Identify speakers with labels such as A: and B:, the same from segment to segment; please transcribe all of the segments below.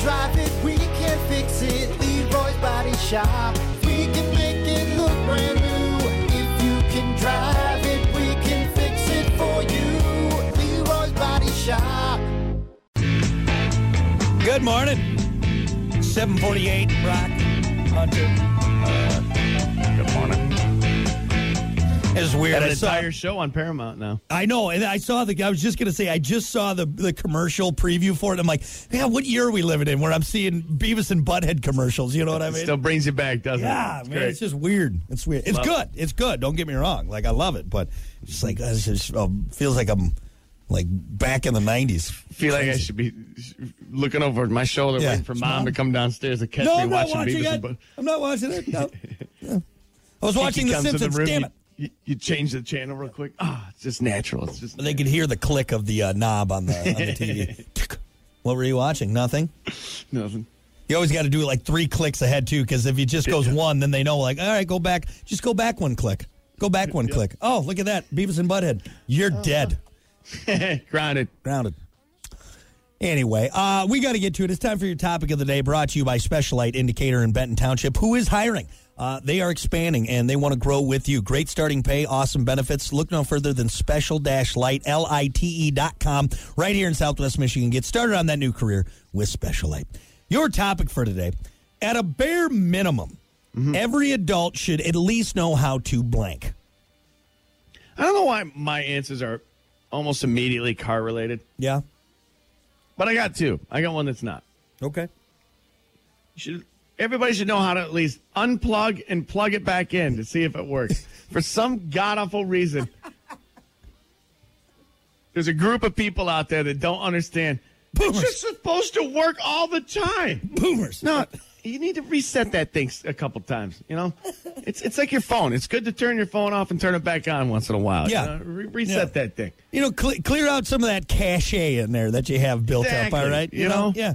A: drive it, we can fix it. Leroy's Body Shop. We can make it look brand new. If you can drive it, we can fix it for you. Leroy's Body Shop.
B: Good morning. 748 Rock Hunter.
C: Good morning.
B: It's weird.
D: Got an
B: I, saw,
D: entire show on Paramount now.
B: I know, and I saw the. I was just gonna say, I just saw the the commercial preview for it. I'm like, yeah, what year are we living in? Where I'm seeing Beavis and Butthead commercials. You know what I mean?
D: Still brings you back, doesn't
B: yeah,
D: it?
B: man, it's just weird. It's weird. It's
D: Love
B: good. It's good. Don't get me wrong. Like I love it, but it's like this is uh, feels like I'm like back in the '90s.
D: feel like I should be looking over my shoulder,
B: Yeah.
D: waiting for mom to come downstairs to catch
B: No,
D: me
B: I'm not
D: watching
B: watching
D: Beavis and
B: it.
D: Butt-
B: I'm not watching it. No. Yeah. I was watching
D: He
B: The
D: comes in
B: Simpsons.
D: room,
B: damn
D: you-
B: it.
D: You, you change the channel real quick. Ah, it's just natural. It's just.
B: But they could hear the click of the uh, knob on the, on the TV. what were you watching? Nothing.
D: Nothing.
B: You always got to do it like three clicks ahead too, because if it just goes one, then they know like, all right, go back, just go back one click, go back one click. Oh, look at that, Beavis and Butthead, you're
D: Oh.
B: dead,
D: Grounded.
B: grounded. Anyway, uh, we got to get to it. It's time for your topic of the day, brought to you by Specialite Indicator in Benton Township, who is hiring. Uh, they are expanding and they want to grow with you. Great starting pay, awesome benefits. Look no further than special dash light, L I T E dot com, right here in Southwest Michigan. Get started on that new career with Specialite. Your topic for today at a bare minimum, every adult should at least know how to blank.
D: I don't know why my answers are almost immediately car related,
B: Yeah.
D: but I got two. I got one that's not.
B: Okay.
D: should everybody should know how to at least unplug and plug it back in to see if it works. For some god awful reason, there's a group of people out there that don't understand. It's
B: Boomers.
D: just supposed to work all the time.
B: Boomers.
D: No, you need to reset that thing s- a couple times. You know, it's it's like your phone. It's good to turn your phone off and turn it back on once in a while. you
B: Yeah.
D: know? Re- reset
B: Yeah.
D: that thing.
B: You know, cle clear out some of that cachet in there that you have built up.
D: Exactly.
B: All right,
D: You know?
B: yeah, you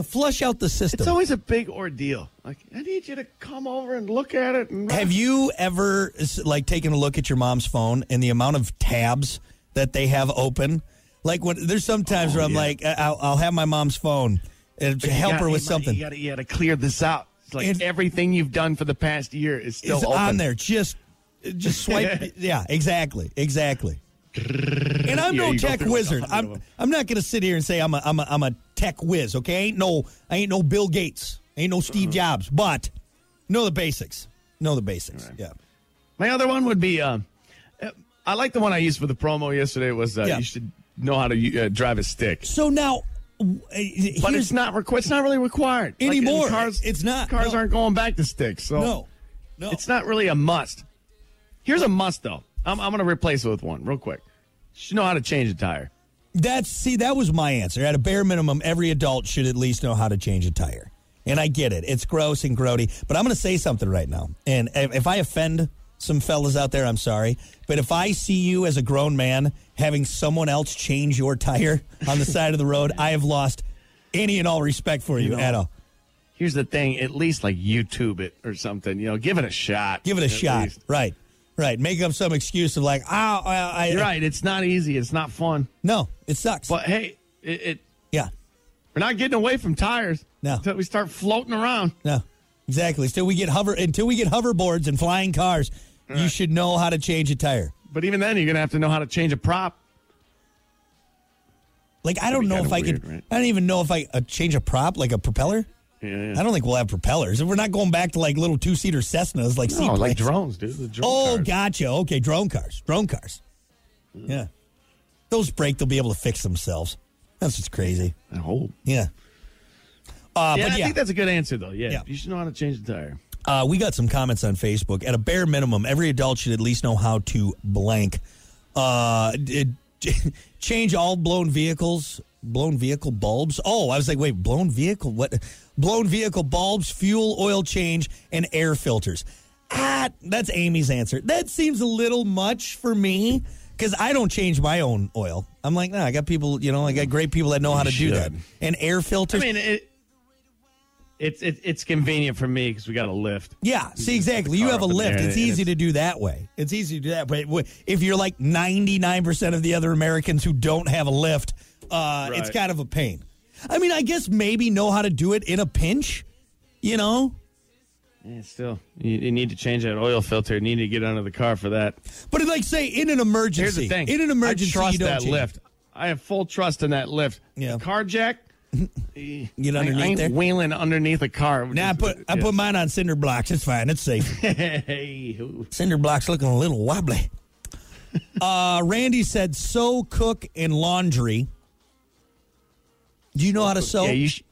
B: know, flush out the system.
D: It's always a big ordeal. Like I need you to come over and look at it. And
B: have you ever s- like taken a look at your mom's phone and the amount of tabs that they have open? Like when there's some times where I'm
D: Oh, yeah.
B: like, I- I'll, I'll have my mom's phone and
D: You
B: help
D: gotta-
B: her with
D: you might-
B: something.
D: You got you to clear this out. It's like
B: It-
D: everything you've done for the past year is still
B: It's
D: open.
B: on there. Just, just swipe. yeah, exactly, exactly. And I'm
D: Yeah,
B: no
D: you go
B: tech
D: through like a
B: wizard.
D: hundred of
B: I'm
D: 'em.
B: I'm not gonna sit here and say I'm a I'm a I'm a tech whiz. Okay, I ain't no I ain't no Bill Gates, I ain't no
D: Uh-huh.
B: Steve Jobs, but know the basics. Know the basics. Yeah.
D: My other one would be um, uh, I like the one I used for the promo yesterday was uh,
B: Yeah.
D: you should know how to uh, drive a stick.
B: So now, w- uh, here's,
D: But it's not requ- it's not really required Like, in
B: Anymore.
D: cars,
B: It's not.
D: Cars
B: No.
D: aren't going back to sticks. So
B: no, no.
D: It's not really a must. Here's a must though. I'm I'm going to replace it with one real quick. You should know how to change a tire.
B: That's see, that was my answer. At a bare minimum, every adult should at least know how to change a tire. And I get it; it's gross and grody. But I'm going to say something right now, and if if I offend some fellas out there, I'm sorry. But if I see you as a grown man having someone else change your tire on the side of the road, I have lost any and all respect for you, at all.
D: Here's the thing, at least like YouTube it or something, you know, give it a shot.
B: Give it a
D: At
B: shot,
D: least.
B: right? Right. Make up some excuse of like, ah, I, I,
D: You're right, it's not easy, it's not fun.
B: No, it sucks.
D: But hey, it, it
B: yeah.
D: we're not getting away from tires.
B: No.
D: Until we start floating around.
B: No, exactly. Until we get hover, until we get hoverboards and flying cars, you should know how to change a tire.
D: But even then, you're gonna have to know how to change a prop.
B: Like I don't
D: be
B: know if
D: kinda
B: I could.
D: weird, right?
B: I don't even know if I uh, change a prop, like a propeller.
D: Yeah.
B: I don't think we'll have propellers. We're not going back to like little two seater Cessnas, like
D: No,
B: seaplanes.
D: Oh, like drones, dude. The drone
B: Oh,
D: cars. Mm.
B: gotcha. Okay, drone cars. Drone cars. Yeah, those break. They'll be able to fix themselves. That's what's crazy.
D: I hope.
B: Yeah. Uh,
D: Oh. yeah,
B: but
D: I
B: yeah,
D: think that's a good answer though. Yeah.
B: Yeah.
D: You should know how to change the tire.
B: Uh, we got some comments on Facebook. At a bare minimum, every adult should at least know how to blank. Uh, d- d- change all blown vehicles, blown vehicle bulbs. Oh, I was like, wait, blown vehicle? What? Blown vehicle bulbs, fuel, oil change, and air filters. Ah, that's Amy's answer. That seems a little much for me because I don't change my own oil. I'm like, nah, I got people, you know, I got great people that know how to do
D: should.
B: that. And air
D: I
B: filters.
D: mean it it's it, it's convenient for me because we got a lift.
B: Yeah, see, exactly. You
D: car
B: have a
D: up in the
B: lift.
D: air
B: It's
D: and
B: easy
D: it's-
B: to do that way. It's easy to do that way. Wh- If you're like 99% of the other Americans who don't have a lift, uh, it's
D: Right.
B: kind of a pain. I mean, I guess maybe know how to do it in a pinch, you know?
D: Yeah, still, you, you need to change that oil filter. You need to get under the car for that.
B: But like, say, in an emergency.
D: Here's the thing:
B: In an emergency,
D: I trust
B: you don't
D: that
B: change.
D: lift. I have full trust in that lift.
B: Yeah.
D: The car jack. Get
B: underneath
D: I ain't
B: there.
D: wheeling underneath a car.
B: Nah, I put I
D: Yeah.
B: put mine on cinder blocks. It's fine. It's safe.
D: Hey, who-
B: cinder blocks looking a little wobbly. Uh, Randy said, "Sew, cook, and laundry." Do you know how to sew?
D: Yeah, you. Sh-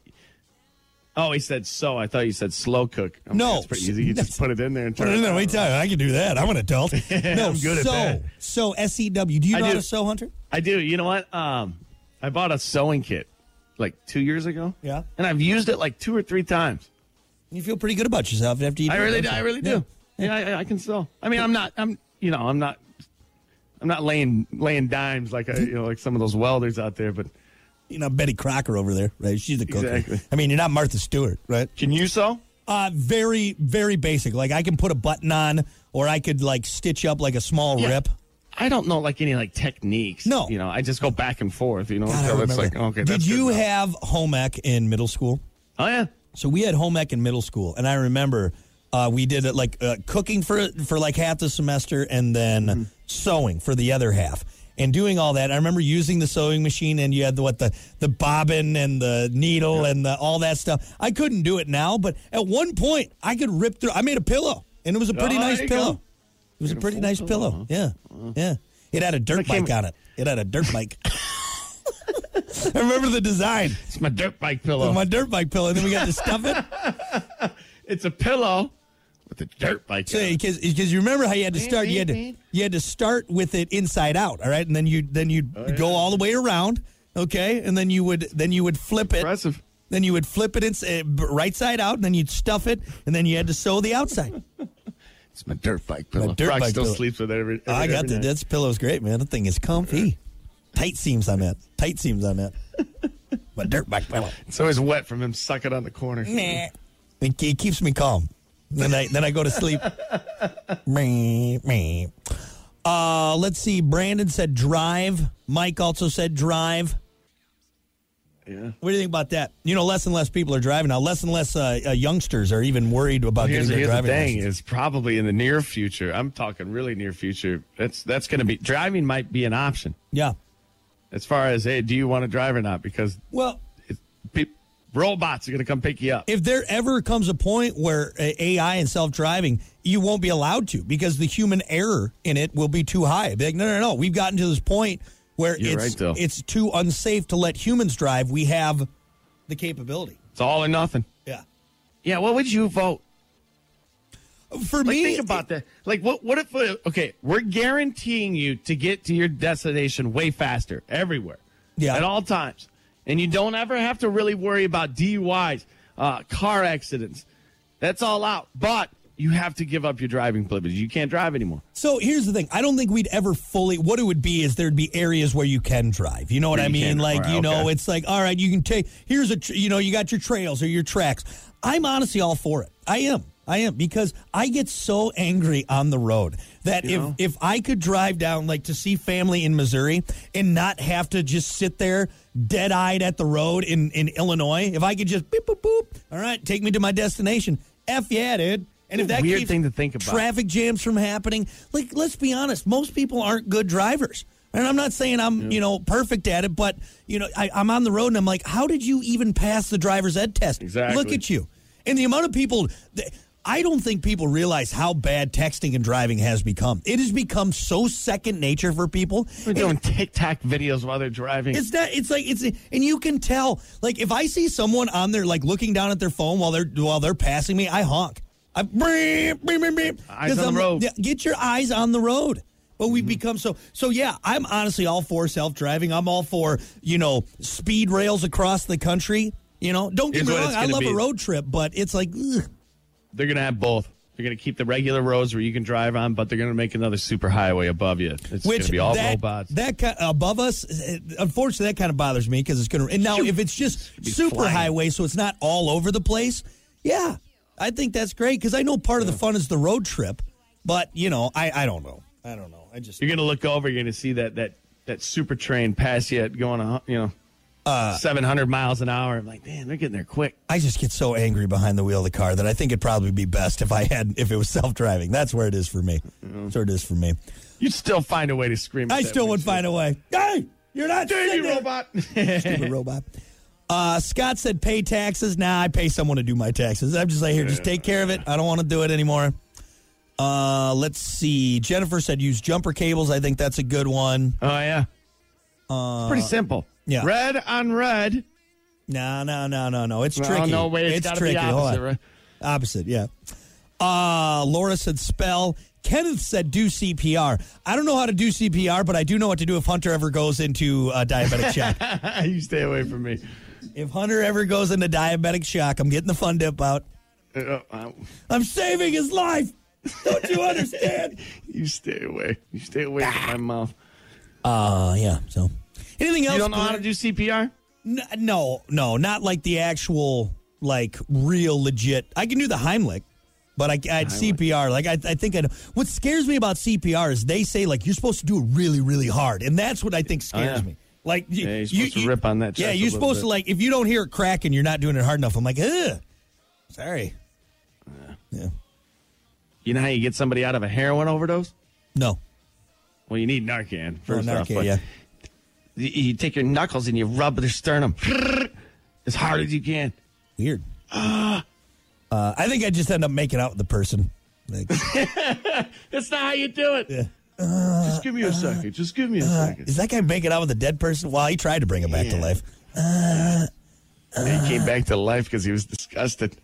D: oh, he said so. I thought you said slow cook. I'm
B: No.
D: like, it's pretty easy. You just put it in there and turn.
B: Put it in there.
D: on.
B: Wait, tell you, I can do that. I'm an adult. No,
D: I'm good at
B: sew,
D: that.
B: sew, S E W. Do you
D: I
B: know how
D: do.
B: to sew, Hunter?
D: I do. You know what? Um, I bought a sewing kit like two years ago.
B: Yeah.
D: and I've used it like two or three times.
B: You feel pretty good about yourself after you.
D: I
B: do it,
D: really, do,
B: don't
D: I
B: you?
D: really
B: Yeah.
D: do. Yeah, I, I can sew. I mean, I'm not. I'm. You know, I'm not. I'm not laying laying dimes like I, you know like some of those welders out there. But
B: You know Betty Crocker over there, right? She's a cook.
D: Exactly.
B: I mean, you're not Martha Stewart, right?
D: can you sew?
B: Uh, very, very basic. Like I can put a button on, or I could like stitch up like a small
D: Yeah.
B: rip.
D: I don't know like any like techniques.
B: No.
D: you know, I just go back and forth. You know,
B: God, I
D: until it's
B: remember
D: like
B: that.
D: okay.
B: Did
D: that's good
B: you
D: enough.
B: have home ec in middle school?
D: Oh yeah.
B: So we had home ec in middle school, and I remember uh, we did it like uh, cooking for for like half the semester, and then
D: Mm-hmm.
B: sewing for the other half, and doing all that. I remember using the sewing machine, and you had the, what the the bobbin and the needle and the, all that stuff. I couldn't do it now, but at one point I could rip through. I made a pillow, and it was a pretty
D: Oh,
B: nice
D: there you
B: pillow.
D: go.
B: It was a pretty
D: full
B: nice
D: pillow, Uh-huh.
B: pillow. Yeah, yeah. It had a dirt
D: came-
B: bike on it. It had a dirt bike. I remember the design.
D: It's my dirt bike pillow.
B: My dirt bike pillow. And then we got to stuff it.
D: it's a pillow with a dirt bike. on it.
B: because you remember how you had to start you had to you had to start with it inside out all right and then you then you
D: Oh,
B: would go all the way around okay and then you would then you would flip it
D: Impressive.
B: then you would flip it ins- uh, b- right side out and then you'd stuff it and then you had to sew the outside
D: It's my dirt bike pillow.
B: dirt
D: Brock
B: bike
D: still
B: pillow.
D: sleeps with it every. every
B: Oh, i got
D: every
B: the
D: night.
B: that's pillow's great man the thing is comfy tight seams on that tight seams on that my dirt bike pillow
D: It's always wet from him sucking on the corner.
B: Meh. It, it keeps me calm. Then I then I go to sleep. Meh, meh. Uh, let's see. Brandon said drive. Mike also said drive.
D: Yeah.
B: What do you think about that? You know, less and less people are driving now. Less and less uh, uh, youngsters are even worried about
D: Here's,
B: getting
D: here's
B: their
D: the
B: driving.
D: thing:
B: license.
D: is probably in the near future. I'm talking really near future. That's that's going to be driving might be an option
B: Yeah.
D: as far as hey, do you want to drive or not? Because
B: Well,
D: it's, pe- robots are going to come pick you up.
B: if there ever comes a point where uh, AI and self driving, you won't be allowed to because the human error in it will be too high. Be like, no, no, no, we've gotten to this point where
D: You're
B: it's
D: right, though.
B: it's too unsafe to let humans drive. We have the capability.
D: It's all or nothing.
B: Yeah.
D: Yeah. What would you vote?
B: For
D: Like,
B: me,
D: think about that. Like, what? What if? uh, Okay, we're guaranteeing you to get to your destination way faster, everywhere,
B: Yeah.
D: at all times, and you don't ever have to really worry about DUIs, uh, car accidents. That's all out. But you have to give up your driving privilege. You can't drive anymore.
B: So here's the thing. I don't think we'd ever fully. What it would be is there'd be areas where you can drive. You know what
D: Where
B: I
D: you
B: mean?
D: can-
B: Like
D: alright,
B: you know,
D: okay.
B: it's like all right, you can take. Here's a tr- you know, you got your trails or your tracks. I'm honestly all for it. I am. I am because I get so angry on the road that if
D: know?
B: if I could drive down like to see family in Missouri and not have to just sit there dead eyed at the road in in Illinois, if I could just beep boop boop, all right, take me to my destination. F yeah, dude. And if
D: It's a
B: that
D: weird
B: keeps
D: thing to think about.
B: traffic jams from happening. Like, let's be honest, most people aren't good drivers. And I'm not saying I'm, you know, perfect at it, but you know, I, I'm on the road and I'm like, how did you even pass the driver's ed test?
D: Exactly.
B: Look at you. And the amount of people, that, I don't think people realize how bad texting and driving has become. It has become so second nature for people.
D: We're doing TikTok videos while they're driving.
B: It's not. It's like it's, and you can tell. Like if I see someone on there, like looking down at their phone while they're while they're passing me, I honk. I beep, beep, beep, beep.
D: Eyes
B: 'Cause
D: on the
B: I'm-
D: road. Mm-hmm.
B: yeah, Get your eyes on the road. But we've become so. So yeah, I'm honestly all for self driving. I'm all for you know speed rails across the country. You know, don't get
D: Here's
B: me
D: what
B: wrong.
D: it's
B: I
D: gonna
B: love
D: be.
B: a road trip, but it's like ugh,
D: they're going to have both. They're going to keep the regular roads where you can drive on, but they're going to make another super highway above you. It's going
B: which
D: to be all
B: that,
D: robots.
B: that ki- above us. uh, Unfortunately, that kind of bothers me because it's going to. And now, if it's just
D: Be
B: super
D: flying.
B: highway, so it's not all over the place, yeah, I think that's great because I know part of the fun is the road trip, but you know, I I don't know, I don't know, I just
D: You're gonna look over. You're gonna see that that that super train pass you at going, a hun- you know,
B: Uh,
D: 700 miles an hour. I'm like, man, they're getting there quick.
B: I just get so angry behind the wheel of the car that I think it'd probably be best if I had if it was self driving. That's where it is for me. That's where it is for me.
D: You'd still find a way to scream. at
B: I
D: that
B: still would
D: windshield.
B: find a way. Hey, you're not
D: Dang you,
B: sitting-
D: robot.
B: Stupid robot. Uh, Scott said, "Pay taxes." Nah, I pay someone to do my taxes. I'm just like, here, just take care of it. I don't want to do it anymore. Uh, let's see. Jennifer said, "Use jumper cables." I think that's a good one.
D: oh, yeah. it's pretty simple.
B: Uh, yeah.
D: Red on red.
B: No, no, no, no, no. It's
D: Well,
B: tricky.
D: no way. It's
B: It's,
D: gotta be
B: tricky. Hold
D: opposite,
B: on.
D: right?
B: Opposite, yeah. Uh, Laura said spell. Kenneth said do CPR. I don't know how to do CPR, but I do know what to do if Hunter ever goes into a diabetic shock.
D: you stay away from me.
B: If Hunter ever goes into diabetic shock, I'm getting the fun dip out.
D: Uh, uh,
B: I'm saving his life. Don't you understand?
D: you stay away. You stay away from my mouth.
B: Uh, yeah. So, anything else?
D: You don't know how to
B: Blair?
D: do CPR?
B: N- no, no, not like the actual, like real legit. I can do the Heimlich, but I, I CPR. Like I, I think I. know. What scares me about CPR is they say like you're supposed to do it really, really hard, and that's what I think scares
D: Oh, yeah.
B: me. Like you,
D: Yeah, you're supposed to rip on that
B: Yeah,
D: chest a
B: you're
D: little
B: supposed to
D: bit.
B: like if you don't hear it cracking, you're not doing it hard enough. I'm like, ugh, sorry. yeah.
D: You know how you get somebody out of a heroin overdose?
B: No.
D: Well, you need Narcan
B: No,
D: first off.
B: Narcan,
D: but
B: yeah.
D: You you take your knuckles and you rub their sternum as hard as you can.
B: Weird. uh, I think I just end up making out with the person. Like,
D: That's not how you do it. Just give me a second. Just give me a second.
B: is that guy making out with a dead person? Well, he tried to bring him back to
D: Yeah.
B: life.
D: And he came back to life because he was disgusted.